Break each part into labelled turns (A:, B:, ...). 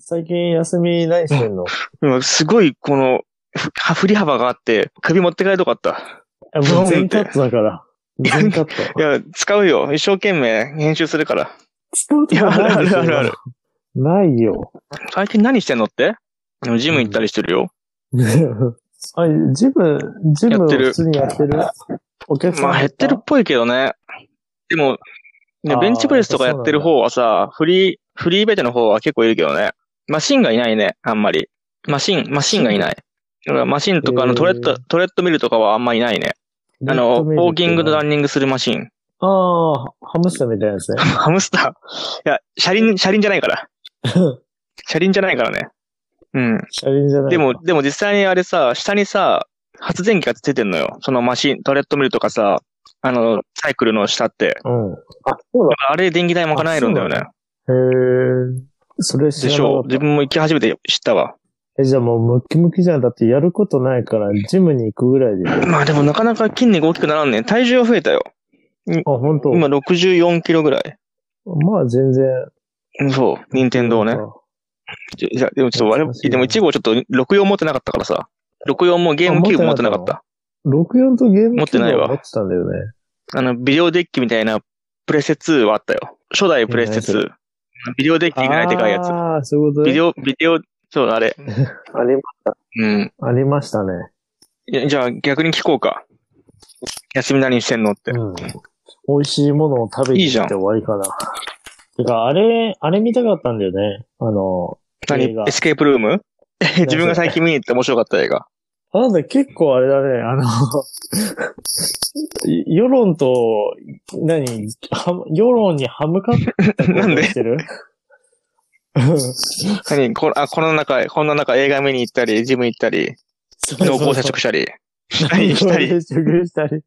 A: 最近休み何してんの
B: うんすごい、この、ふは振り幅があって、首持って帰りとかった。
A: あもう全カットだから。全 カット。
B: いや、使うよ。一生懸命編集するから。
A: 使うとこないでしょ
B: いやあるあるある。
A: ない よ。
B: 最近何してんのってでもジム行ったりしてるよ。
A: あ、ジム、ジム
B: やってる
A: 普通にやってるお客さん
B: まあ減ってるっぽいけどね。でも、ね、
A: あー
B: ベンチプレスとかやってる方はさ、フリー、フリーベテの方は結構いるけどね。マシンがいないね、あんまり。マシン、マシンがいない。だからマシンとか、あ
A: え
B: の
A: ー
B: トレッド、トレッドミルとかはあんまいないね。あの、ウォーキングとランニングするマシン。
A: ああ、ハムスターみたいなや つね。
B: ハムスター。いや、車輪、車輪じゃないから。車輪じゃないからね。うん。
A: 車輪じゃない。
B: でも、でも実際にあれさ、下にさ、発電機がついてんのよ。そのマシン、トレッドミルとかさ、あの、サイクルの下って。
A: うん。あ、そう
B: あれ電気代賄えるんだよね。
A: だ。へえ。それ知
B: で
A: ら
B: し
A: なか
B: ょ
A: っ
B: う。
A: た
B: 自分も行き始めて知ったわ。
A: え、じゃあもうムキムキじゃん。だってやることないから、ジムに行くぐらいで。あ、
B: まあでもなかなか筋肉大きくならんね。体重は増えたよ。
A: 本当。
B: 今64キロぐらい。
A: まあ全然。
B: うんそう。任天堂ね。ちょいや、でもちょっと我々
A: 懐かしいな
B: でも1号ちょっと64持ってなかったからさ。64もゲームキューブ持ってなかった。
A: 64とゲーム
B: 持ってないわ
A: 持ってたんだよね。
B: あの、ビデオデッキみたいなプレステ2はあったよ。初代プレステ2。ビデオデッキがないでかいやつ。
A: ああ、そういうことね
B: ビデオ、ビデオ、そう、あれ。
A: あり
B: うん。
A: ありましたね。
B: いやじゃあ逆に聞こうか。休み何してんのって。
A: うん。美味しいものを食べに行って終わりかな。てか、あれ、あれ見たかったんだよね。あの、映
B: 何
A: 画
B: エスケープルー ム自分が最近見に行って面白かった映画。
A: あなた結構あれだね、あの、 い世論と、何は世論に歯向かったことを
B: なんで
A: してる
B: 何こあこの中、こんな中映画見に行ったり、ジム行っ たり、濃厚接触したり。何 したり。
A: 接触したり。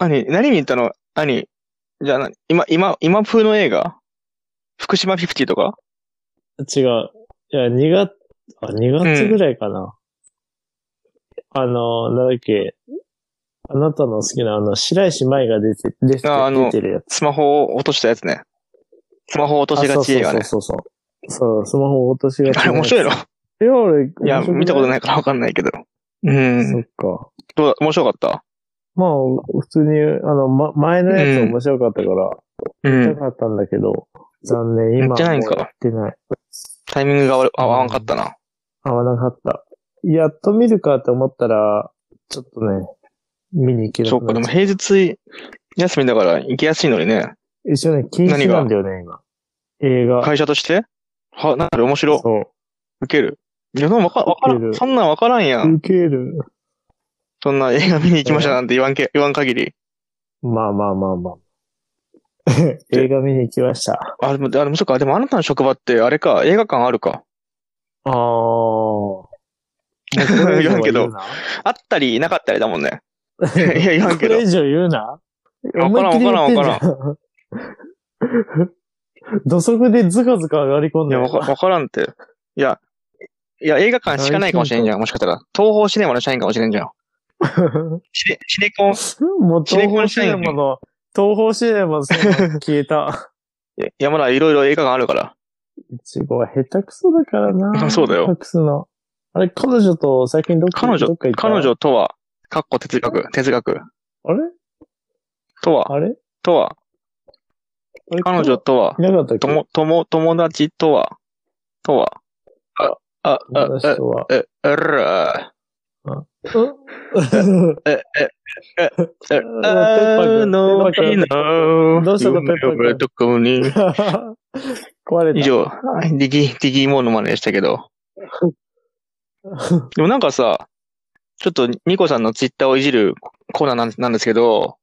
B: 何何見に行ったの何じゃあ何今、今、今風の映画福島フィフティとか
A: 違う。いや、2月、あ、2月ぐらいかな。あの、なんだっけ、あなたの好きなあの、白石舞が出て、出て
B: ああの
A: 出てるやつ。
B: スマホを落としたやつね。スマホを落としがち映画ね。
A: あそうそうそうそう。そう、スマホ落としがち。
B: あれ面白いの
A: いや、俺、
B: いや、見たことないからわかんないけど。うん。
A: そっか。
B: どうだ面白かった。
A: まあ、普通に、あの、ま、前のやつ面白かったから、
B: う
A: 見た
B: ん。
A: かったんだけど、残念、
B: や
A: 今
B: ってないん
A: も
B: か
A: うやってない。
B: タイミングが悪合わんかったな。
A: 合わなかった。やっと見るかって思ったら、ちょっとね、見に行けな
B: そ
A: く
B: うか、
A: な
B: で
A: っ
B: も
A: ちゃ
B: 平日休みだから行きやすいのにね。
A: う一応ね、禁止なんだよね、今。映画。
B: 会社としては、なる、面白。
A: そ
B: 受ける。いや、でもわかわから
A: ウケ
B: ん。
A: る
B: そんなんわからんや
A: う。
B: ん。
A: 受ける。
B: そんな映画見に行きましたなんて言わんけ、言わん限り。
A: まあまあまあま あ。映画見に行きました。
B: あ、でも、あ、でもそっか、でもあなたの職場って、あれか、映画館あるか。
A: ああ。もう
B: 言わんけどあったり、なかったりだ もんね。いや、言わん
A: こ
B: けど
A: れ。以上言うな。
B: わからん、わからん、わからん。い
A: ん。土足でズカズカ上がり込んで
B: や、わかわからんって。いや、いや、映画館しかないかもしれんじゃん、もしかしたら。東宝シネマの社員かもしれんじゃん。シネ、シネコン、
A: もう
B: シ
A: 東
B: ネコ
A: 方
B: ン
A: シネマの、東方シネマの線が消えた。
B: いや山田いろいろ映画館あるから。
A: いちごは下手くそだからな。
B: そうだよ
A: 隠すの。あれ、彼女と最近どっか
B: 彼女
A: どっか行った
B: 彼女とは、かっこ哲学、哲学。
A: あれ
B: とは、
A: あれ
B: とは、
A: あれ
B: 彼女とは、
A: いなかったっけ
B: とも、とも、友達とは、とは、あ、あ、あ
A: 友、達とは。
B: え、え、えら、
A: うん
B: え、え、え、
A: あ
B: え、あの
A: ペッ
B: 日の、
A: どうしたのペッパーくん
B: どこに。
A: 壊れた。
B: 以上、 ディギ、ディギモノマネでしたけ ど。でもなんかさ、ちょっとニコさんのツイッターをいじるコーナーなんなんですけど、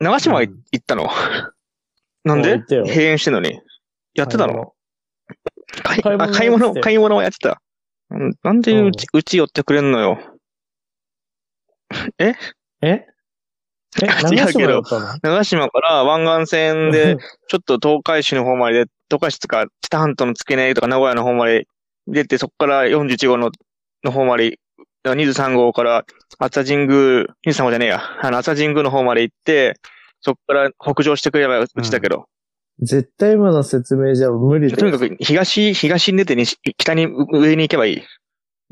B: 長島い
A: うん
B: 行ったの なん
A: あ
B: で
A: 行ったよ
B: 閉園してんのに。やってたの買い
A: 買い物
B: あ
A: やっ
B: 買い物、
A: てたよ
B: 買い物はやってた。うんなんでうち、うち寄ってくれんのよ。
A: え え
B: 違
A: 長
B: うけど
A: 島だったの
B: 長島から湾岸線で、ちょっと東海市の方まで、東海市とか、知多半島の付け根とか名古屋の方まで出て、そこから41号の、の方まで、23号から、熱田神宮、23号じゃねえや、あの、熱田神宮の方まで行って、そこから北上してくればうちだけど、
A: 絶対今の説明じゃ無理
B: とに
A: だ
B: か
A: よ。
B: く東、東に出て西北に上に行けばいい。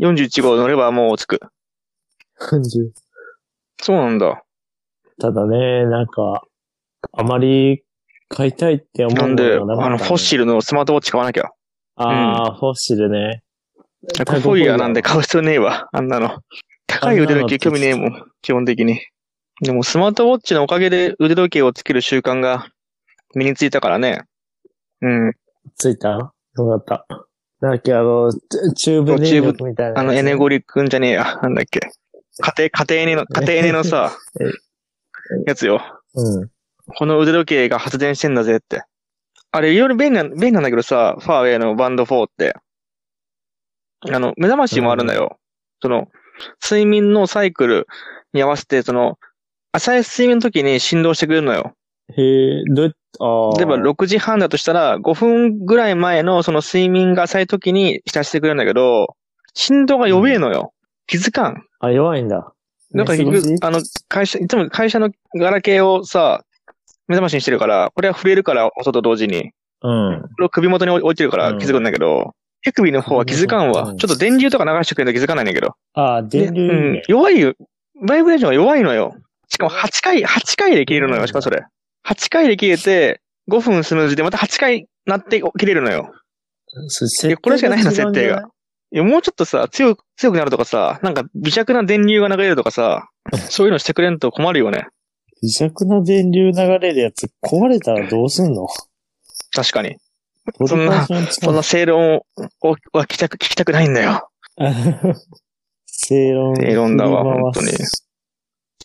B: 41号乗ればもう着く。
A: 40
B: そうなんだ。
A: ただね、なんか、あまり買いたいって思う
B: なん
A: の
B: で、
A: がな
B: あの、フォッシ
A: ル。
B: ルのスマートウォッチ買わなきゃ。
A: ああ、フォッシルね。
B: タグフォイヤーなんで買う必要ねえわ、あんなの。高い腕時計興味ねえもん、基本的に。でもスマートウォッチのおかげで腕時計をつける習慣が身についたからね。うん。
A: ついたよかった。なんだっけ、あの、チチューブ電力みたいな。
B: あの、エネゴリ君じゃねえや、なんだっけ。家庭、家庭にの、家庭にの さ
A: え、
B: やつよ。
A: うん。
B: この腕時計が発電してんだぜって。あれ、いろいろ便利な、便利なんだけどさ、ファーウェイのバンド4って。あの、目覚ましもあるんだよ。その、睡眠のサイクルに合わせて、その、浅い睡眠の時に振動してくれるのよ。
A: へえ、どうやっああ。
B: 例えば6時半だとしたら、5分ぐらい前のその睡眠が浅い時に浸してくれるんだけど、振動が弱えのよ。気づかん。
A: あ、弱いんだ。
B: なんか
A: ね
B: 結
A: すご
B: 局
A: い、
B: あの、会社、いつも会社のガラケーをさ、目覚ましにしてるから、これは震えるから、音と同時に。
A: うん。
B: これを首元に置いてるから
A: うん
B: 気づくんだけど、手首の方は気づかんわ。
A: うん
B: ちょっと電流とか流してくれると気づかないんだけど。
A: ああ、
B: で
A: 電流、
B: うん。弱いよ。バイブレーションが弱いのよ。しかも8回、8回で切れるのよ。しかもそれ。8回で切れて、5分スムーズでまた8回なって切れるのよ。
A: そ
B: い
A: 設定
B: やこれしかないな
A: 違うんじゃない
B: 設定いやもうちょっとさ、強く、強くなるとかさ、なんか微弱な電流が流れるとかさ、そういうのしてくれんと困るよね。
A: 微弱な電流流れるやつ壊れたらどうすんの
B: 確かに。
A: ボ
B: そん
A: ディパ
B: な
A: ーソン使
B: こ
A: う
B: の正論を、をは聞きたく、聞きたくないんだよ。
A: 正論。
B: 正論だわ
A: 振り回す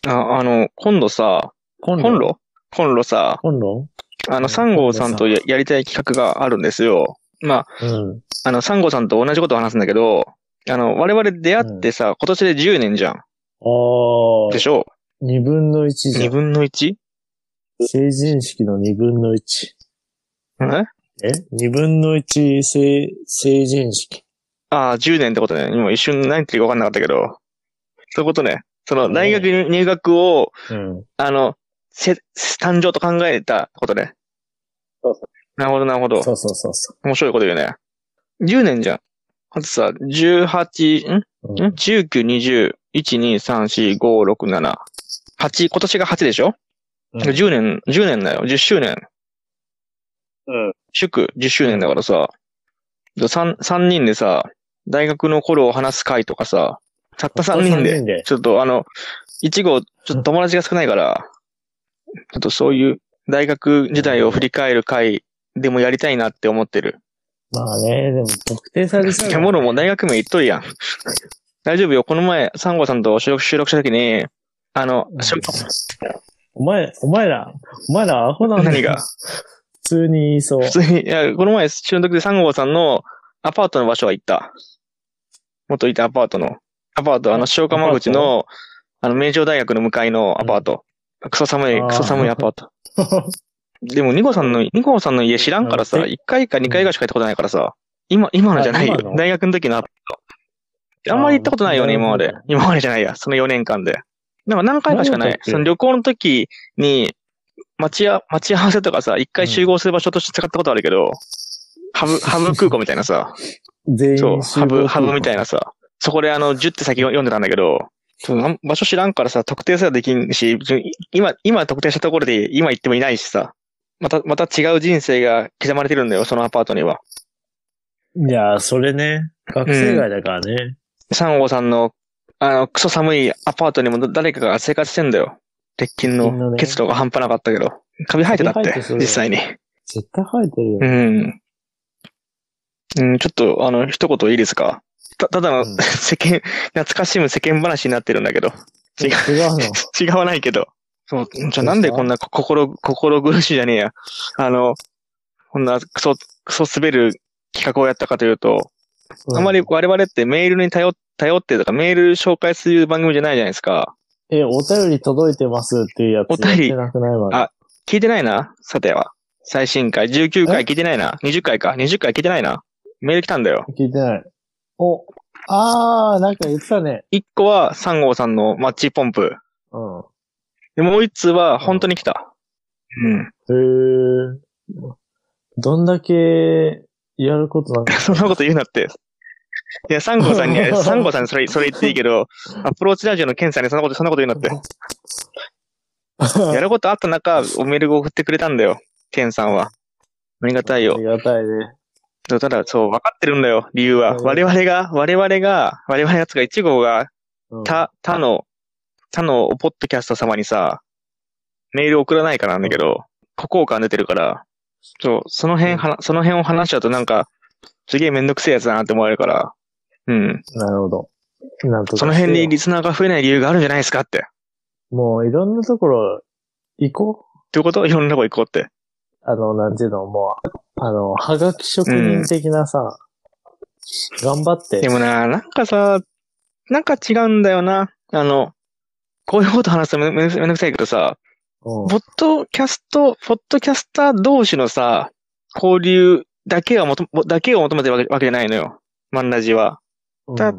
B: 本当にあ、あの、今度さ、
A: コンロ
B: コンロコンロさ、
A: コンロ
B: あ
A: うん
B: の、三郷さんとややりたい企画があるんですよ。ま
A: うん。
B: あ、あの、三郷さんと同じことを話すんだけど、あの、我々出会ってさ、今年で10年じゃん。
A: ああ。
B: でしょ
A: 二分の一じゃ
B: ?2
A: ん。
B: 分の 1?
A: 成人式の二分の一。
B: え
A: え二分の一成、成人式。
B: ああ、10年ってことね。今一瞬何言ってるか分かんなかったけど。そういうことね。その、大学に入学を、
A: うん。
B: あの、せ、誕生と考えたことね。
A: そうそ
B: なるほど、なるほど。
A: そうそうそうそ
B: 面白いこと言うね。10年じゃん。あとさ、18、ん
A: う。
B: ん ?19、20、1、2、3、4、5、6、7、8、今年が8でしょ、
A: うん
B: ?10 年、10年だよ。10周年。
A: うん。
B: 祝10周年だからさ、3、三人でさ、大学の頃を話す会とかさ、たった3人
A: たった三
B: で
A: 人で、
B: ちょっとあの、1号、ちょっと友達が少ないから、ちょっとそういう大学時代を振り返る会でもやりたいなって思ってる。
A: まあね、でも特定されちゃう
B: キャ
A: から。
B: モロも大学名言っとるやん。大丈夫よ。この前、サンゴさんと収録収録した時に、あの、しょ
A: お前、お前ら、お前らアホなんだよ
B: 何が
A: 普通に言いそう。
B: 普通に、いや、この前収録でサンゴさんのアパートの場所は行った。元いたアパートの。アパート、あの、塩釜口の、あの、名城大学の向かいのアパート。クソ寒い、
A: あー
B: クソ寒いアパ ート。でも、ニコさんの、ニコさんの家知らんからさ、
A: うん
B: 1回か2回ぐらいしか行ったことないからさ、今、今のじゃない
A: あ
B: よ
A: 今。の
B: 大学の時のアパート。あんまり行ったことないよね、
A: あー
B: 今まで。今までじゃないや、その4年間で。なんか何回かしかな
A: 何だ
B: い
A: っ。け
B: その旅行の時に、待ちあ待ち合わせとかさ、一回集合する場所として使ったことあるけど、ハブ、ハブ空港みたい なさ、
A: 全員
B: そう、
A: 集合
B: ハブ、ハブみた
A: い
B: いなさ、そこであの、10って先読んでたんだけど、その場所知らんからさ、特定すらできんし、別に今、今特定したところで今行ってもいないしさ、また、また違う人生が刻まれてるんだよ、そのアパートには。
A: な。いや、それね。学生街だからね。
B: サンゴさんの、あの、クソ寒いアパートにもど誰かが生活してんだよ。鉄筋
A: 鉄筋の
B: の
A: ね
B: ケツとか半端なかったけど。カビ生えてたっ
A: カビ
B: て
A: 生えてそう、だよ
B: 実際に。
A: 絶対生えてるよ
B: う。ん。うん、ちょっと、あの、一言いいですかた、ただの、
A: うん
B: 世間、懐かしむ世間話になってるんだけど。違う、
A: 違うの。
B: 違わないけど。そう、じゃあ
A: う
B: なん
A: で
B: で
A: すか
B: こんな心、心苦しいじゃねえや。あの、こんなクソ、クソ滑る企画をやったかというと、あまり我々ってメールに頼頼ってとか、メール紹介する番組じゃないじゃないですか。
A: え、お便り届いてますっていうやつ。
B: お便り
A: やってなくないわ
B: あ聞いてないなさては。最新回、19回
A: え
B: 聞いてないな。20回か。20回聞いてないな。メール来たんだよ。
A: 聞いてない。お、あー、なんか言ってたね。
B: 1個は3号さんのマッチポンプ。
A: うん。
B: で、もう1通は本当に来た。うん。
A: へー。どんだけやることなんか。
B: そんなこと言うなって。いや、サンゴ さんに、サンゴさんにそれ、それ言っていいけど、アプローチラジオのケンさんにそんなこと、そんなこと言う なって。やることあった中、おメールを送ってくれたんだよ。ケンさんは。ありがたい
A: あ
B: よ
A: り。が たいね。
B: ただ、そう、分かってるんだよ、理由は。
A: うん
B: 我々が、我々が、我々やつが1号が、
A: うん、
B: 他、他の、他のポッドキャスト様にさ、メール送らないからなんだけど、ここ感出てるから、そう、その辺はな、その辺を話しちゃうとなんか、すげえめんどくせえやつだなって思われるから、うん。
A: なるほど。なんとか
B: その辺に
A: して
B: リスナーが増えない理由があるんじゃないですかって。
A: よもういろんなところ行こう。
B: ということいろんなとこ行こうって。
A: あの、なんていうの、もう、あの、はがき職人的なさ、頑張って
B: で。もな、なんかさ、なんか違うんだよな。あの、こういうこと話すとめめんどくめんどくさいけどさ、
A: うん
B: ポッドキャスト、ポッドキャスター同士のさ、交流だけはもと、だけを求めてるわけわけじゃないのよ。マンラジは。
A: うん
B: だ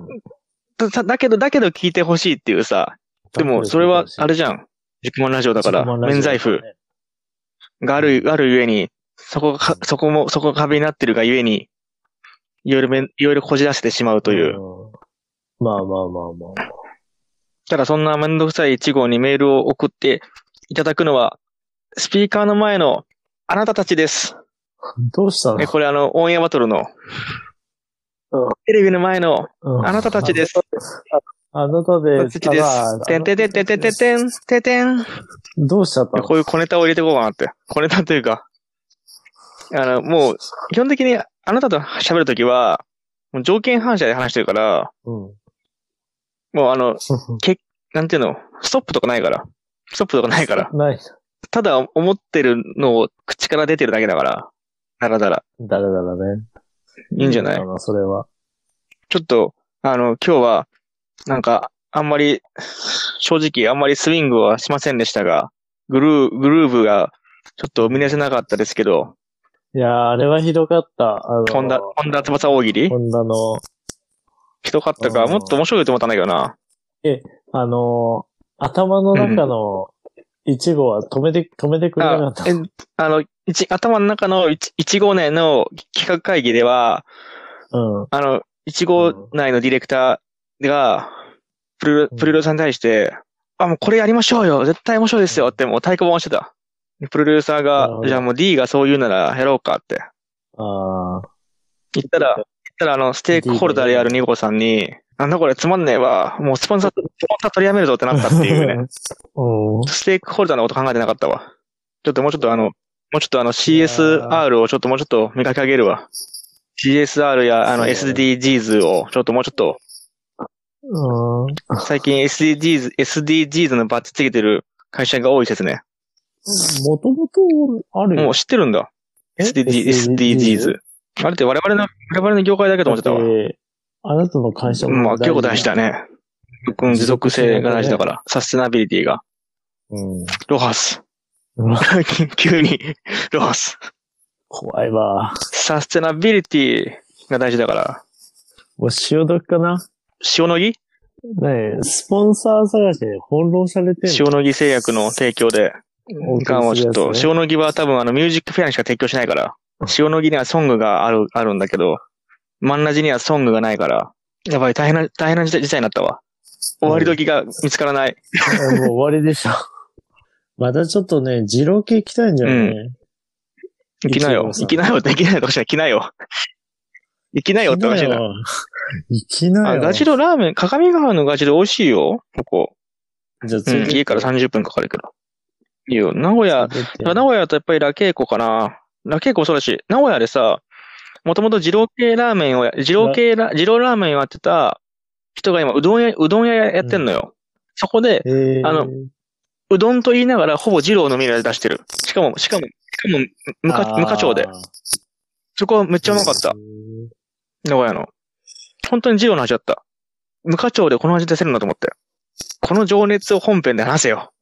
B: だだだけど、だけど聞いてほしいっていうさ。でも、それは、あれじゃん。熟問ラジオだから、免罪符がある、あるゆえに、そこがか、そこも、そこが壁になってるがゆえに、いろいろめん、いろいろこじらせてしまうという。
A: うん。まあまあまあまあ。
B: ただそんなめんどくさい1号にメールを送っていただくのは、スピーカーの前のあなたたちです。
A: どうしたの
B: え、これあの、オンエアバトルの
A: うん、
B: テレビの前の
A: うん
B: あなたたちです。
A: あなた
B: あ
A: で
B: なたたちです。てんてんてんてんてんてんてん、てんてん。
A: どうしちゃったの
B: こういう小ネタを入れていこうかなって。小ネタというか、あの、もう、基本的にあなたと喋るときは、もう条件反射で話してるから、
A: うん。
B: もうあの、なんていうの、ストップとかないから。ストップとかないから。
A: ない。
B: ただ思ってるのを口から出てるだけだから、だらだら。
A: だらだらね。
B: いいんじゃない
A: あのそれは。
B: ちょっと、あの、今日は、なんか、あんまり、正直あんまりスイングはしませんでしたが、グルー、グルーブが、ちょっと生み出せなかったですけど、
A: いやー、あれはひどかった。あの、
B: 本田、本田翼大喜利
A: ホンダの、
B: ひどかったか、
A: うん
B: もっと面白いと思ったんだけどな。
A: あの、頭の中の、いちごは止めて、止めてくれな
B: あ
A: かった。
B: えあの、一、頭の中の一一号内の企画会議では、
A: うん。
B: あの、一号内のディレクターが、プ
A: う
B: ルル、
A: ん
B: プルルさんに対して、あ、もうこれやりましょうよ絶対面白いですよってもう太鼓判をしてた。プロデューサー
A: なる
B: が
A: ほ、ど
B: じゃあもう D がそう言うならやろうかって。
A: ああ、
B: 言ったら、言ったらあの、ステークホルダーである2号さんに、なんだこれつまんねえわ。もうスポンサー、スポンサー取りやめるぞってなったっていうね。
A: うん。
B: ステークホルダーのこと考えてなかったわ。ちょっともうちょっとあの、もうちょっとあの CSR をちょっともうちょっと磨き上げるわ。CSR やあの
A: そう
B: SDGs をちょっともうちょっと、
A: うん。
B: 最近 SDGs、SDGs のバッチつけてる会社が多いですね。
A: もともとあるよ
B: もう知ってるんだ。
A: え
B: SDG
A: SDGs
B: SDGs。あれって我々の、我々の業界だけと思ってたわ。
A: だってあなたの会社
B: まあ結構大事
A: だ。
B: だね。うん持続性が大事だから、サステナビリティが。
A: うん。
B: ロハス。
A: うん
B: 急に、ロハス。
A: 怖いわ。
B: サステナビリティが大事だから。
A: もう潮時かな
B: 塩野義
A: ねえ、スポンサー探しに翻弄されてる
B: 塩野義製薬の提供で、ガンはちょっと、塩野義は多分あのミュージックフェアにしか提供しないから、塩野義にはソングがある、あるんだけど、マンラジにはソングがないから、やばい、大変な、大変な事態事態になったわ。終わり時が見つからない。
A: もう終わりでしょ。 またちょっとね、二郎系行きたいんじゃない、
B: 行きな
A: 一
B: よ。行
A: 応さ
B: きなよって、行きなよっておかしいな。行きなよ。 行きなよっておかしいな。
A: 行きな
B: あ、
A: よ。
B: ガチロラーメン、鏡川のガチロ美味しいよ。ここ。
A: じゃあ
B: う
A: 次、
B: ん、家から30分かかるけど。いいよ。名古屋、名古屋だとやっぱりラケイコかな。ラケイコもそうだし、名古屋でさ、もともと二郎系ラーメンをや、二郎系ラ、二郎ラーメンをやってた人が今、うどん屋、うどん屋やってんのよ。そこで、
A: えー
B: あの、うどんと言いながら、ほぼ二郎のメニュー出してる。しかも、しかも、しかも、無
A: あ
B: か、
A: ー
B: 無課長で。。そこはめっちゃうまかった。
A: うん
B: 名古屋の。本当に二郎の味だった。無課長でこの味出せるんだと思って。この情熱を本編で話せよ。